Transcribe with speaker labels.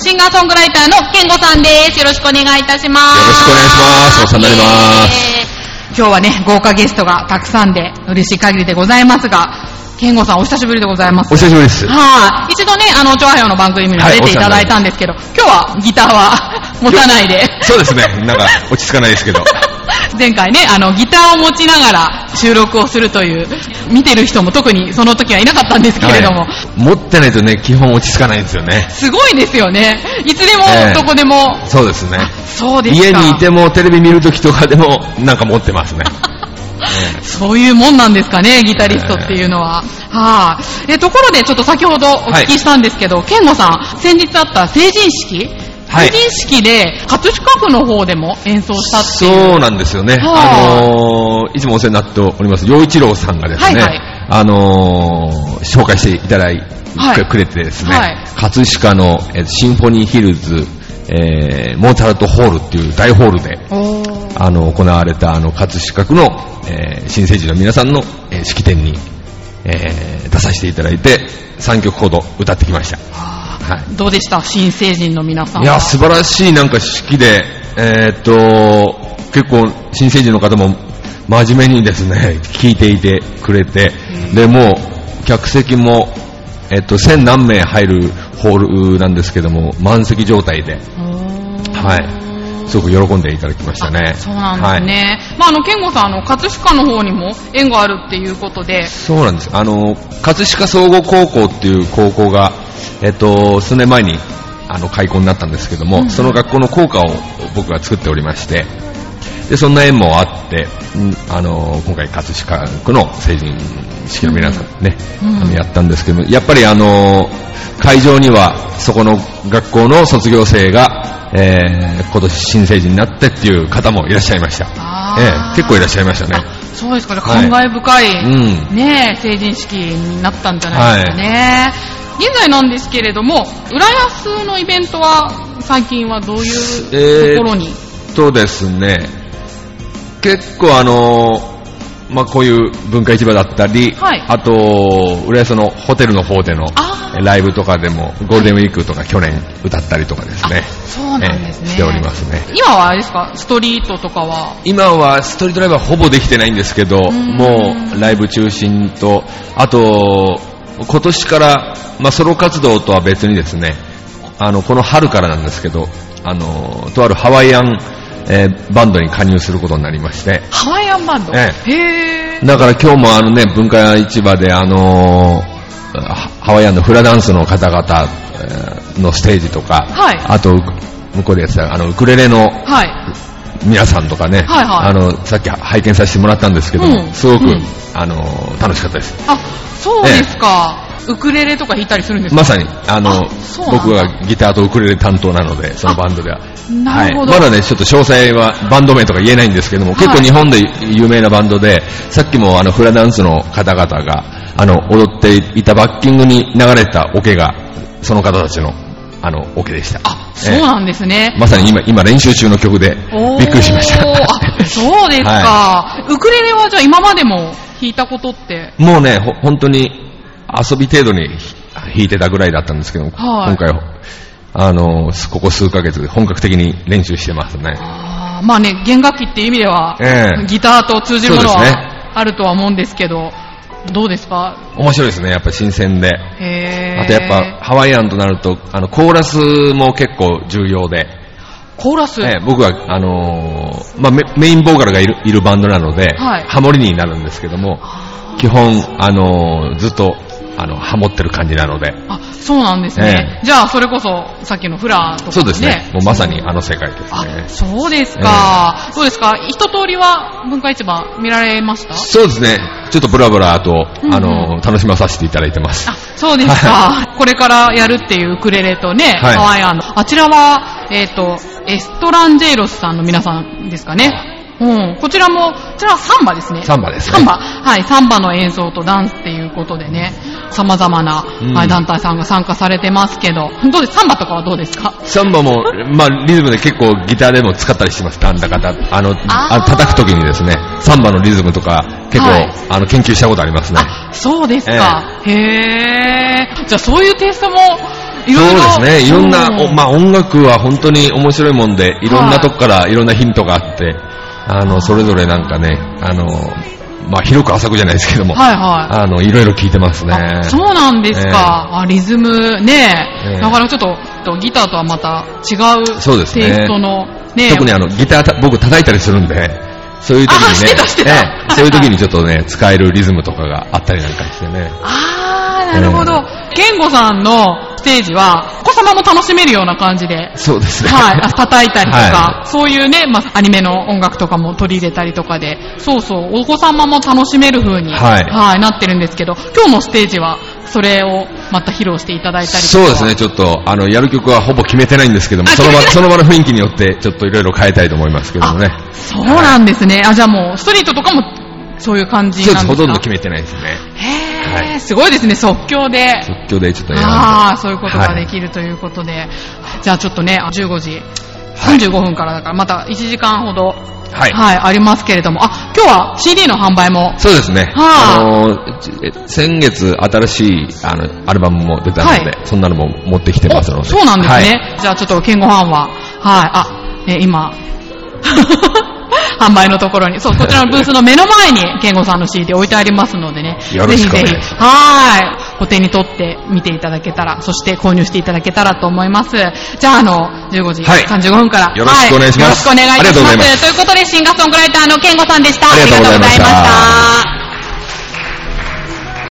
Speaker 1: シンガーソングライターの健吾さんです。よろしくお願いいたします。
Speaker 2: よろしくお願いしますお世話になります
Speaker 1: えー。今日はね、豪華ゲストがたくさんで嬉しい限りでございますが、健吾さんお久しぶりでございます。
Speaker 2: お久しぶりです。
Speaker 1: はい、一度ね、あの、チョアヘヨの番組にも
Speaker 2: はい
Speaker 1: 出ていただいたんですけど、今日はギターは持たないで。
Speaker 2: そうですね。なんか、落ち着かないですけど。
Speaker 1: 前回ね、あの、ギターを持ちながら収録をするという、見てる人も特にその時はいなかったんですけれども、
Speaker 2: はい持ってないとね、基本落ち着かないんですよね。
Speaker 1: すごいですよね。いつでも
Speaker 2: ええ
Speaker 1: どこでも。
Speaker 2: そうですね。
Speaker 1: そうですか。
Speaker 2: 家にいてもテレビ見るときとかでも、なんか持ってま すね。
Speaker 1: そういうもんなんですかね、ギタリストっていうのは。はい、え、ところでちょっと先ほどお聞きしたんですけど、健吾さん、先日あった成人式
Speaker 2: はい
Speaker 1: 成人式で、葛飾区の方でも演奏したっていう。
Speaker 2: そうなんですよね。
Speaker 1: はあ
Speaker 2: あのーいつもお世話になっております、陽一郎さんがですね、
Speaker 1: はいはい
Speaker 2: あのー紹介していただい
Speaker 1: はい
Speaker 2: くれてですね、
Speaker 1: はい
Speaker 2: 葛飾のえーシンフォニーヒルズ、えーモーツァルトホールっていう大ホールで、
Speaker 1: おー
Speaker 2: あの、行われた、あの、葛飾区の、えー新成人の皆さんの、えー式典に、えー出させていただいて、3曲ほど歌ってきました。はい。
Speaker 1: どうでした新成人の皆さんは。
Speaker 2: いや、素晴らしいなんか式で、えーっと、結構新成人の方も真面目にですね、聞いていてくれて、で、もう客席も、えっと、千何名入るホールなんですけども、満席状態で、
Speaker 1: おー
Speaker 2: はい、すごく喜んでいただきましたね。
Speaker 1: そうなんです
Speaker 2: はい
Speaker 1: ね。まあ、あの、健吾さん、あの、葛飾の方にも縁があるっていうことで、
Speaker 2: そうなんです。あの、葛飾総合高校っていう高校が、えっと、数年前に、あの、開校になったんですけども、その学校の校歌を僕が作っておりまして、で、そんな縁もあって、うんあの、今回葛飾区の成人式の皆さんね、あのやったんですけども、やっぱりあの、会場には、そこの学校の卒業生が、えー今年新成人になってっていう方もいらっしゃいました
Speaker 1: あ。
Speaker 2: え
Speaker 1: ー
Speaker 2: え結構いらっしゃいましたね。
Speaker 1: そうですか、じゃあ
Speaker 2: はい
Speaker 1: 感慨深い、
Speaker 2: うん
Speaker 1: ねえ、成人式になったんじゃないですかね。現在なんですけれども、浦安のイベントは、最近はどういう
Speaker 2: えー
Speaker 1: ところに、
Speaker 2: とですね、結構あのーまあ、こういう文化市場だったり、
Speaker 1: はい
Speaker 2: あと、浦安のホテルの方での
Speaker 1: あ
Speaker 2: ライブとかでも、ゴールデンウィークとか去年歌ったりとかですね、
Speaker 1: そうなんですね。
Speaker 2: ええしておりますね。
Speaker 1: 今はあれですか、ストリートとかは、
Speaker 2: 今はストリートライブはほぼできてないんですけど、
Speaker 1: ん
Speaker 2: もうライブ中心と、あと、今年から、まあ、ソロ活動とは別にですね、あの、この春からなんですけど、あの、とあるハワイアン、えーバンドに加入することになりまして、
Speaker 1: ハワイアンバンド。
Speaker 2: え
Speaker 1: へー。
Speaker 2: だから今日もあのね、文化市場であのーハハワイアンのフラダンスの方々えーのステージとか、
Speaker 1: はい
Speaker 2: あと、向こうでやってたあのウクレレの
Speaker 1: はい。
Speaker 2: 皆さんとかね、
Speaker 1: はいはい
Speaker 2: あの、さっき拝見させてもらったんですけども、
Speaker 1: うん
Speaker 2: すごく、
Speaker 1: うん
Speaker 2: あのー楽しかったです。
Speaker 1: あ、そうですか。ウクレレとか弾いたりするんですか
Speaker 2: まさに、あの
Speaker 1: あそうなんだ
Speaker 2: 僕がギターとウクレレ担当なので、そのバンドでは。
Speaker 1: なるほど
Speaker 2: はい。まだね、ちょっと詳細はバンド名とか言えないんですけども、結
Speaker 1: は
Speaker 2: 構
Speaker 1: い
Speaker 2: 日本で有名なバンドで、さっきもあのフラダンスの方々が、あの、踊っていたバッキングに流れたオケが、その方たちの、あの、オケでした。あ
Speaker 1: そうなんですね。
Speaker 2: まさに今、今練習中の曲で、
Speaker 1: おー
Speaker 2: びっくりしました。
Speaker 1: あ、そうですか、ウクレレはじゃあ今までも弾いたことって。
Speaker 2: もうね、ほ本当に遊び程度に弾いてたぐらいだったんですけど、
Speaker 1: はい
Speaker 2: 今回、あの、すここ数ヶ月で本格的に練習してますね。
Speaker 1: あーまあね、弦楽器っていう意味では、
Speaker 2: ええ
Speaker 1: ギターと通じるもの
Speaker 2: そうですね
Speaker 1: はあるとは思うんですけど、どうですか
Speaker 2: 面白いですね、やっぱ新鮮で。
Speaker 1: へー
Speaker 2: あとやっぱ、ハワイアンとなると、あの、コーラスも結構重要で、
Speaker 1: コーラス、
Speaker 2: ええ僕は、あのーまあメ、メインボーカルがいるいるバンドなので、
Speaker 1: はい
Speaker 2: ハモリになるんですけども、基本、あのーずっと、あの、ハモってる感じなので、
Speaker 1: あ、そうなんですね。
Speaker 2: え
Speaker 1: じゃあ、それこそ、さっきのフラとか、ね。
Speaker 2: そうですね、もうまさにあの世界ですね
Speaker 1: あ、。そうですか。どうですか一通りは文化市場見られました
Speaker 2: そうですね。ちょっとブラブラと、
Speaker 1: うんうん
Speaker 2: あの、楽しまさせていただいてます
Speaker 1: あ。、そうですか。これからやるっていうウクレレとね、
Speaker 2: はい
Speaker 1: ハワイアンの。あちらは、えっ、と、エストランジェイロスさんの皆さんですかね。うん。こちらも、こちらはサンバですね。
Speaker 2: サンバですね
Speaker 1: サンバ。はい。サンバの演奏とダンスっていうことでね、様々な、
Speaker 2: うん
Speaker 1: はい、団体さんが参加されてますけど、どうですサンバとかはどうですか
Speaker 2: サンバも、まあ、リズムで結構ギターでも使ったりしてます。なんだかた、あの、
Speaker 1: あー
Speaker 2: あ叩くときにですね、サンバのリズムとか、結構、
Speaker 1: はい
Speaker 2: あの、研究したことありますね。
Speaker 1: あ、そうですか。へー。じゃあそういうテイストもいろいろ
Speaker 2: そうですね。いろんな、
Speaker 1: うん
Speaker 2: おまあ音楽は本当に面白いもんで、いろんなとこからいろんなヒントがあって、あの、それぞれなんかね、あの、まあ広く浅くじゃないですけども、
Speaker 1: はいはい。
Speaker 2: あの、いろいろ聞いてますね。
Speaker 1: あそうなんですか。
Speaker 2: ええ
Speaker 1: あリズムね、
Speaker 2: ええ
Speaker 1: なかなかちょっととギターとはまた違う
Speaker 2: そうですね
Speaker 1: テイストのね。
Speaker 2: 特にあの、ギターた僕叩いたりするんで、そういう時
Speaker 1: あ
Speaker 2: に
Speaker 1: して
Speaker 2: ね
Speaker 1: たしてた
Speaker 2: ええそういう時にちょっとね、使えるリズムとかがあったりなんかしてね。
Speaker 1: あー、なるほど。健吾さんのステージは、お子様も楽しめるような感じ で。
Speaker 2: そうですね。
Speaker 1: はい、あ叩いたりとか、
Speaker 2: は
Speaker 1: そういうね、まあ、アニメの音楽とかも取り入れたりとかで、そうそう、お子様も楽しめる風に、
Speaker 2: はい
Speaker 1: なってるんですけど、今日のステージは、それをまた披露していただいたりとか。
Speaker 2: そうですね、ちょっと、あの、やる曲はほぼ決めてないんですけども、
Speaker 1: あ
Speaker 2: その場、
Speaker 1: 決めて
Speaker 2: その場の雰囲気によって、ちょっといろいろ変えたいと思いますけどもね。
Speaker 1: そうなんですね。あ、じゃあもう、ストリートとかも、そういう感じ
Speaker 2: そうで、
Speaker 1: なんですすか
Speaker 2: ほとんど決めてないですね。
Speaker 1: へー、
Speaker 2: はい
Speaker 1: すごいですね、即興で。
Speaker 2: 即興でちょっと選んで。
Speaker 1: ああ、そういうことがで
Speaker 2: る。
Speaker 1: きるということで。じゃあちょっとね、15時35分からだから、また1時間ほど、
Speaker 2: はい。
Speaker 1: ありますけれども。あ、今日は CD の販売も。
Speaker 2: そうですね。
Speaker 1: はあ
Speaker 2: のちえ先月新しいあのアルバムも出たので、
Speaker 1: はい
Speaker 2: そんなのも持ってきてますの
Speaker 1: お
Speaker 2: で。
Speaker 1: そうなんですね。
Speaker 2: はい
Speaker 1: じゃあちょっと、ケンゴファンは、はい、あ、え、今、 販売のところに、そう、こちらのブースの目の前に、ケンゴさんの CD 置いてありますのでね、
Speaker 2: よろしくお願
Speaker 1: ぜひぜ
Speaker 2: いします
Speaker 1: ひ、はい、お手に取って見ていただけたら、そして購入していただけたらと思います。じゃあ、あの、15時
Speaker 2: はい
Speaker 1: 35分から、
Speaker 2: よろしくお願いします
Speaker 1: はよろしくお願いいたしま。
Speaker 2: ありがとうございますす
Speaker 1: ということで、シンガーソングライターのケンゴさんでした。
Speaker 2: ありがとうございま
Speaker 1: あ
Speaker 2: した
Speaker 1: りがとうございました